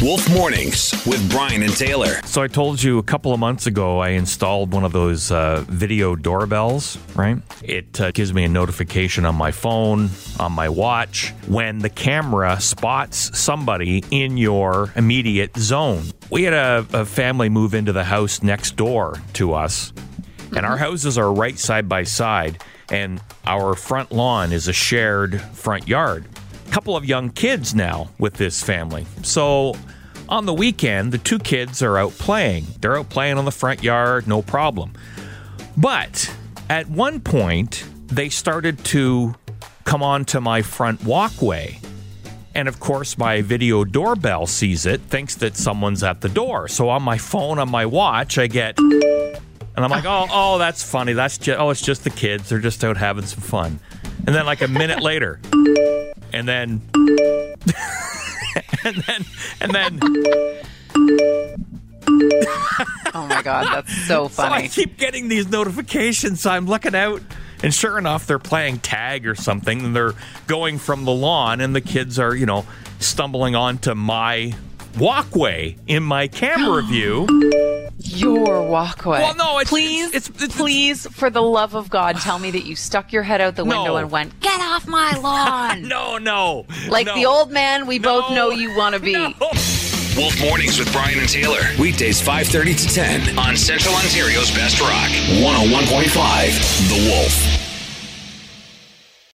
Wolf Mornings with Brian and Taylor. So I told you a couple of months ago, I installed one of those uh, video doorbells, right? It uh, gives me a notification on my phone, on my watch, when the camera spots somebody in your immediate zone. We had a, a family move into the house next door to us, and our houses are right side by side, and our front lawn is a shared front yard. Couple of young kids now with this family. So on the weekend, the two kids are out playing. They're out playing on the front yard, no problem. But at one point, they started to come onto my front walkway. And of course, my video doorbell sees it, thinks that someone's at the door. So on my phone, on my watch, I get. And I'm like, oh, oh, that's funny. That's just, oh, it's just the kids. They're just out having some fun. And then like a minute later, and then, and then, and then, Oh my god, that's so so I funny. keep getting these notifications. So I'm looking out, and sure enough, they're playing tag or something. And they're going from the lawn, and the kids are, you know, stumbling onto my walkway in my camera view. Your walkway. Well, no, it's- please, it's- it's- it's- please, for the love of God, tell me that you stuck your head out the window No. and went, "Get off my lawn!" No, no. like no. the old man we both No. know you want to be. No. Wolf Mornings with Brian and Taylor. Weekdays 5:30 to 10 on Central Ontario's Best Rock 101.5 The Wolf.